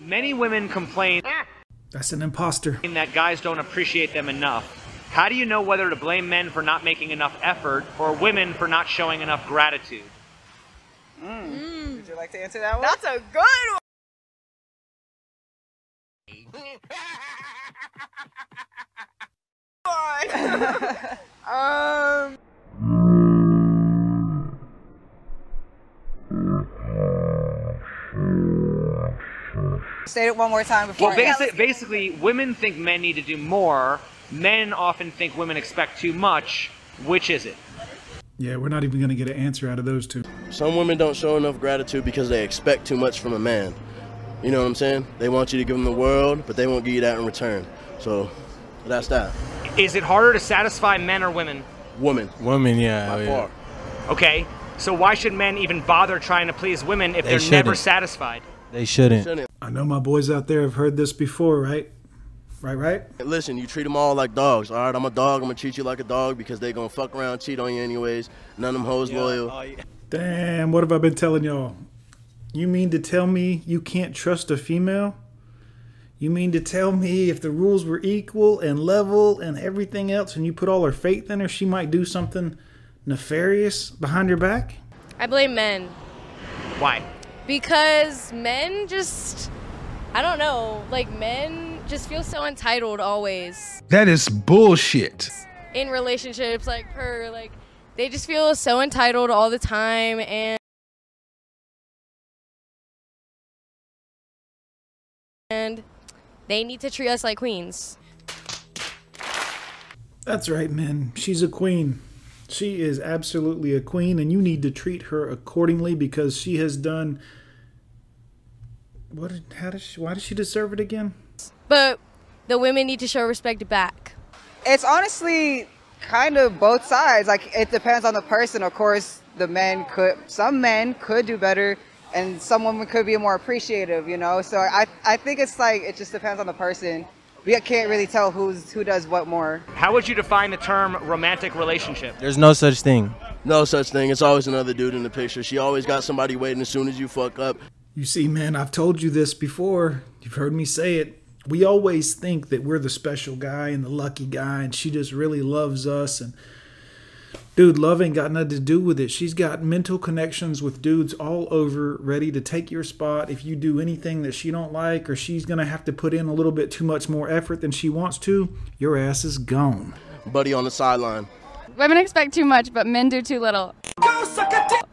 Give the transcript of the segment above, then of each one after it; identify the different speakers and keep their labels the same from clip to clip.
Speaker 1: Many women complain
Speaker 2: That's an imposter.
Speaker 1: that guys don't appreciate them enough. How do you know whether to blame men for not making enough effort or women for not showing enough gratitude?
Speaker 3: Would you like to answer that one?
Speaker 4: That's a good one. um,
Speaker 3: State it one more time before.
Speaker 1: Well,
Speaker 3: I
Speaker 1: basi-
Speaker 3: answer.
Speaker 1: basically, women think men need to do more. Men often think women expect too much. Which is it?
Speaker 2: Yeah, we're not even going to get an answer out of those two.
Speaker 5: Some women don't show enough gratitude because they expect too much from a man. You know what I'm saying? They want you to give them the world, but they won't give you that in return. So that's that.
Speaker 1: Is it harder to satisfy men or women?
Speaker 5: Woman,
Speaker 6: Women, yeah.
Speaker 5: by
Speaker 6: oh, yeah.
Speaker 5: far.
Speaker 1: Okay, so why should men even bother trying to please women if they
Speaker 6: They
Speaker 1: are never
Speaker 6: shouldn't.
Speaker 1: satisfied?
Speaker 6: They shouldn't.
Speaker 5: Shouldn't.
Speaker 2: I know my boys out there have heard this before, right? Right, right?
Speaker 5: Listen, you treat them all like dogs. All right, I'm a dog. I'm gonna treat you like a dog because they gonna fuck around, cheat on you anyways. None of them hoes loyal.
Speaker 6: oh,
Speaker 2: Damn, what have I been telling y'all? You mean to tell me you can't trust a female? You mean to tell me if the rules were equal and level and everything else, and you put all her faith in her, she might do something nefarious behind your back?
Speaker 4: I blame men
Speaker 1: Why?
Speaker 4: because men just, I don't know, like men just feel so entitled always
Speaker 7: That is bullshit.
Speaker 4: in relationships, like her, like they just feel so entitled all the time and. And they need to treat us like queens.
Speaker 2: That's right, men. She's a queen. She is absolutely a queen, and you need to treat her accordingly because she has done. What? did- How does she? Why does she deserve it again?
Speaker 4: But the women need to show respect back.
Speaker 3: it's honestly kind of both sides. Like it depends on the person. Of course, the men could, some men could do better, and some women could be more appreciative. You know, so I I think it's like it just depends on the person. We can't really tell who's who does what more.
Speaker 1: How would you define the term romantic relationship?
Speaker 6: There's no such thing.
Speaker 5: No such thing. It's always another dude in the picture. She always got somebody waiting as soon as you fuck up.
Speaker 2: You see, man, I've told you this before. You've heard me say it. We always think that we're the special guy and the lucky guy, and she just really loves us. And dude, love ain't got nothing to do with it. She's got mental connections with dudes all over, ready to take your spot if you do anything that she don't like, or she's gonna have to put in a little bit too much more effort than she wants to. Your ass is gone.
Speaker 5: Buddy on the sideline.
Speaker 8: Women expect too much, but men do too little.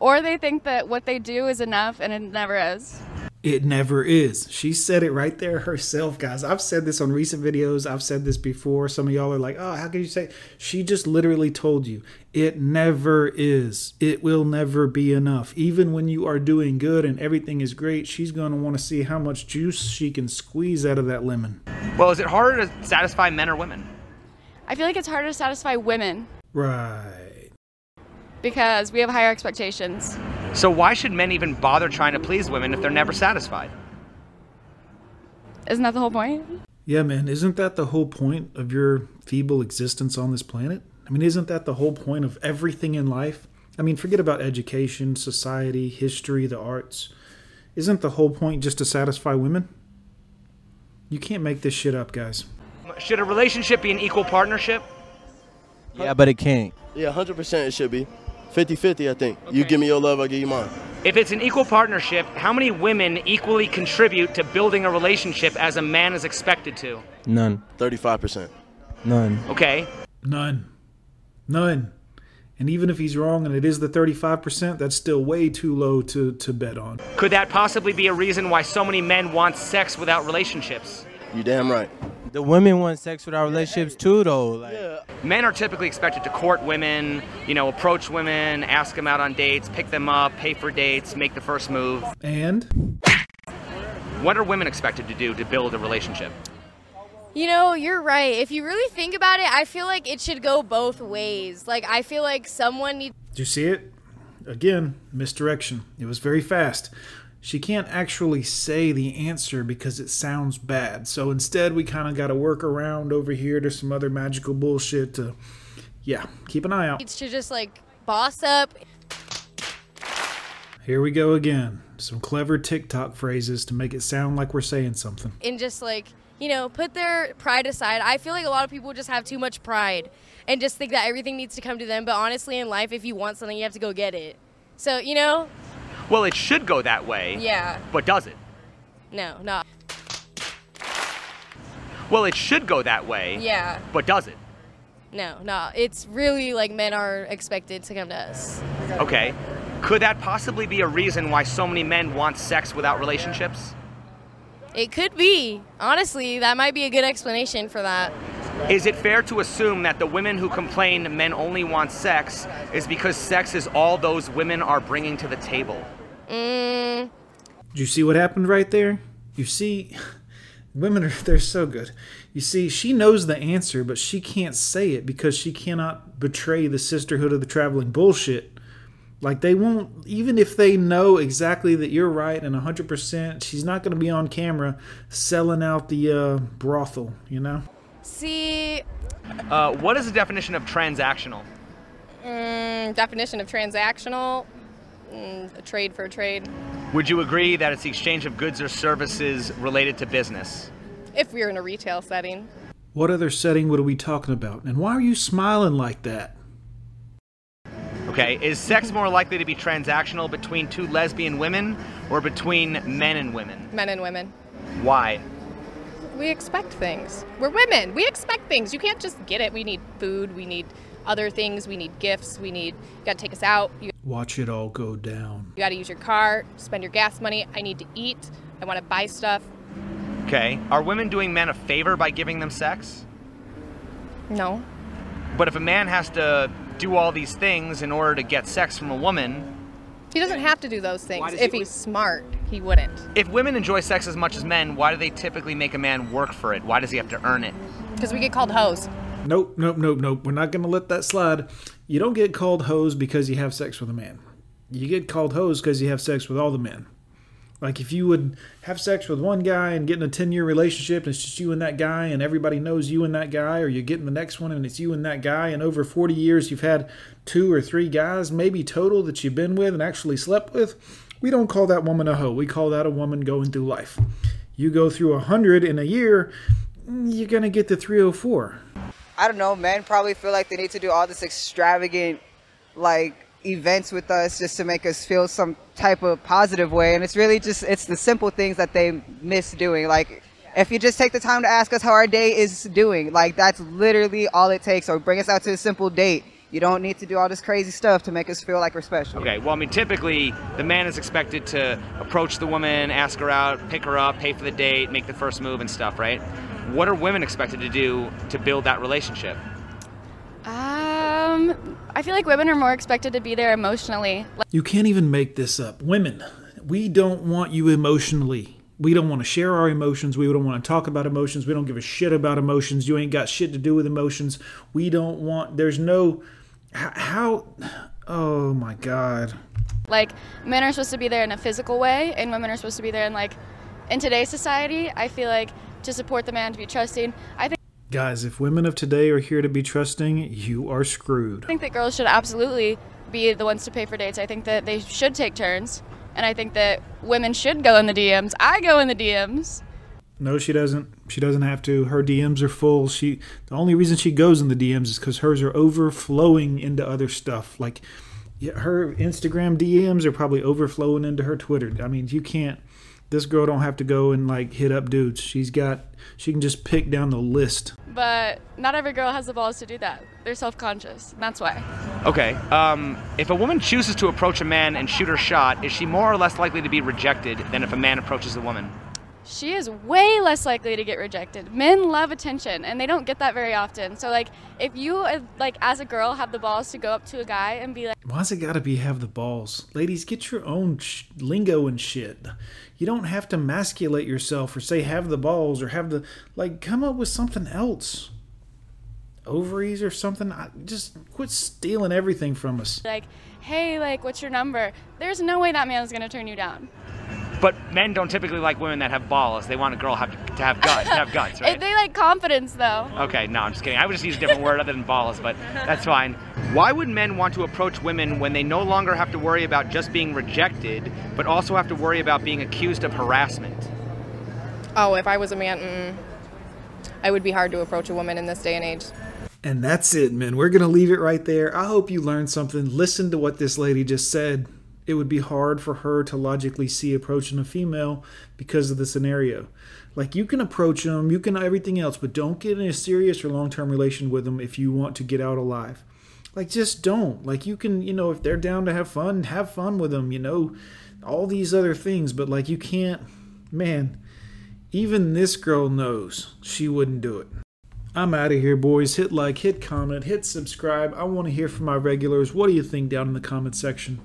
Speaker 8: Or they think that what they do is enough and it never is.
Speaker 2: It never is. She said it right there herself, guys. I've said this on recent videos. I've said this before. Some of y'all are like, oh, how can you say? She just literally told you it never is. It will never be enough. Even when you are doing good and everything is great, she's going to want to see how much juice she can squeeze out of that lemon.
Speaker 1: Well, is it harder to satisfy men or women?
Speaker 8: I feel like it's harder to satisfy women
Speaker 2: Right.
Speaker 8: because we have higher expectations.
Speaker 1: So why should men even bother trying to please women if they're never satisfied?
Speaker 8: Isn't that the whole point?
Speaker 2: Yeah, man. Isn't that the whole point of your feeble existence on this planet? I mean, isn't that the whole point of everything in life? I mean, forget about education, society, history, the arts. Isn't the whole point just to satisfy women? You can't make this shit up, guys.
Speaker 1: Should a relationship be an equal partnership?
Speaker 6: Yeah, but it can't.
Speaker 5: Yeah, 100% it should be. 50 50, I think. You give me your love, I give you mine.
Speaker 1: If it's an equal partnership, how many women equally contribute to building a relationship as a man is expected to?
Speaker 6: None.
Speaker 5: 35%.
Speaker 6: None.
Speaker 1: Okay.
Speaker 2: None. None. And even if he's wrong and it is the 35%, that's still way too low to, to bet on.
Speaker 1: Could that possibly be a reason why so many men want sex without relationships?
Speaker 5: You damn right.
Speaker 6: The women want sex with our relationships too, though. Like,
Speaker 1: Men are typically expected to court women, you know, approach women, ask them out on dates, pick them up, pay for dates, make the first move.
Speaker 2: And
Speaker 1: What are women expected to do to build a relationship?
Speaker 4: You know, you're right. If you really think about it, I feel like it should go both ways. Like, I feel like someone needs.
Speaker 2: do you see it? Again, misdirection. It was very fast. She can't actually say the answer because it sounds bad. So instead, we kind of got to work around over here to some other magical bullshit to, yeah, keep an eye out.
Speaker 4: needs to just like boss up.
Speaker 2: Here we go again. some clever TikTok phrases to make it sound like we're saying something.
Speaker 4: and just like you know put their pride aside i feel like a lot of people just have too much pride and just think that everything needs to come to them but honestly in life if you want something you have to go get it so you know
Speaker 1: Well, it should go that way,
Speaker 4: yeah
Speaker 1: but does it?
Speaker 4: no not
Speaker 1: Well, it should go that way,
Speaker 4: yeah
Speaker 1: but does it?
Speaker 4: no no it's really like men are expected to come to us
Speaker 1: Okay. Could that possibly be a reason why so many men want sex without relationships?
Speaker 4: it could be honestly that might be a good explanation for that
Speaker 1: Is it fair to assume that the women who complain men only want sex is because sex is all those women are bringing to the table?
Speaker 4: mm,
Speaker 2: Did you see what happened right there? You see, women are they're so good. You see, she knows the answer, but she can't say it because she cannot betray the sisterhood of the traveling bullshit. Like they won't, even if they know exactly that you're right and 100%, she's not going to be on camera selling out the uh, brothel, you know?
Speaker 4: see
Speaker 1: Uh, what is the definition of transactional?
Speaker 7: Mm, definition of transactional. Mm, a trade for a trade.
Speaker 1: Would you agree that it's the exchange of goods or services related to business?
Speaker 7: If we are in a retail setting.
Speaker 2: What other setting what are we talking about? And why are you smiling like that?
Speaker 1: Okay, is sex more likely to be transactional between two lesbian women or between men and women?
Speaker 7: Men and women.
Speaker 1: Why?
Speaker 7: We expect things. We're women. We expect things. You can't just get it. We need food. We need other things. We need gifts. We need, you gotta take us out. You,
Speaker 2: Watch it all go down.
Speaker 7: you gotta use your car, spend your gas money. I need to eat. I wanna buy stuff.
Speaker 1: Okay, are women doing men a favor by giving them sex?
Speaker 7: No.
Speaker 1: But if a man has to do all these things in order to get sex from a woman,
Speaker 7: He doesn't have to do those things. If he's smart, he wouldn't.
Speaker 1: if women enjoy sex as much as men, why do they typically make a man work for it? Why does he have to earn it?
Speaker 7: Because we get called hoes.
Speaker 2: Nope, nope, nope, nope. We're not going to let that slide. You don't get called hoes because you have sex with a man. You get called hoes because you have sex with all the men. Like if you would have sex with one guy and get in a 10 year relationship and it's just you and that guy and everybody knows you and that guy, or you get in the next one and it's you and that guy, and over 40 years you've had two or three guys, maybe total, that you've been with and actually slept with, we don't call that woman a hoe. We call that a woman going through life. You go through a 100 in a year, you're going to get the 304.
Speaker 3: I don't know, men probably feel like they need to do all this extravagant like events with us just to make us feel some type of positive way and it's really just it's the simple things that they miss doing like if you just take the time to ask us how our day is doing like that's literally all it takes or bring us out to a simple date you don't need to do all this crazy stuff to make us feel like we're special
Speaker 1: Okay, well, I mean, typically the man is expected to approach the woman, ask her out, pick her up, pay for the date, make the first move and stuff, right? What are women expected to do to build that relationship?
Speaker 8: Um, I feel like women are more expected to be there emotionally. Like,
Speaker 2: You can't even make this up. Women, we don't want you emotionally. We don't want to share our emotions. We don't want to talk about emotions. We don't give a shit about emotions. You ain't got shit to do with emotions. We don't want, there's no, h- how, oh my God.
Speaker 8: like men are supposed to be there in a physical way, and women are supposed to be there in like, in today's society, I feel like to support the man to be trusting. I think.
Speaker 2: Guys, if women of today are here to be trusting, you are screwed.
Speaker 8: I think that girls should absolutely be the ones to pay for dates. I think that they should take turns, and I think that women should go in the DMs. I go in the DMs.
Speaker 2: No, she doesn't. She doesn't have to. Her DMs are full. She the only reason she goes in the DMs is because hers are overflowing into other stuff. Like yeah, her Instagram DMs are probably overflowing into her Twitter. I mean, you can't. This girl don't have to go and like hit up dudes. She's got. She can just pick down the list.
Speaker 8: But not every girl has the balls to do that. They're self-conscious. And that's why.
Speaker 1: Okay, um, if a woman chooses to approach a man and shoot her shot, is she more or less likely to be rejected than if a man approaches a woman?
Speaker 8: She is way less likely to get rejected. Men love attention, and they don't get that very often. So like, if you uh, like as a girl have the balls to go up to a guy and be like,
Speaker 2: Why's it gotta be have the balls? Ladies, get your own sh- lingo and shit. You don't have to masculate yourself or say have the balls or have the. Like, come up with something else. Ovaries or something. I, just quit stealing everything from us.
Speaker 8: like, hey, like, what's your number? There's no way that man is gonna turn you down.
Speaker 1: But men don't typically like women that have balls. They want a girl have, to have guts, to have guts, right?
Speaker 8: If they like confidence though.
Speaker 1: Okay, no, I'm just kidding. I would just use a different word other than balls, but that's fine. Why would men want to approach women when they no longer have to worry about just being rejected, but also have to worry about being accused of harassment?
Speaker 7: Oh, if I was a man, mm, I would be hard to approach a woman in this day and age.
Speaker 2: And that's it, men. We're going to leave it right there. I hope you learned something. Listen to what this lady just said. It would be hard for her to logically see approaching a female because of the scenario. Like, you can approach them, you can everything else, but don't get in a serious or long term relation with them if you want to get out alive. Like, just don't. Like, you can, you know, if they're down to have fun, have fun with them, you know, all these other things, but like, you can't, man, even this girl knows she wouldn't do it. I'm out of here, boys. Hit like, hit comment, hit subscribe. I want to hear from my regulars. What do you think down in the comment section?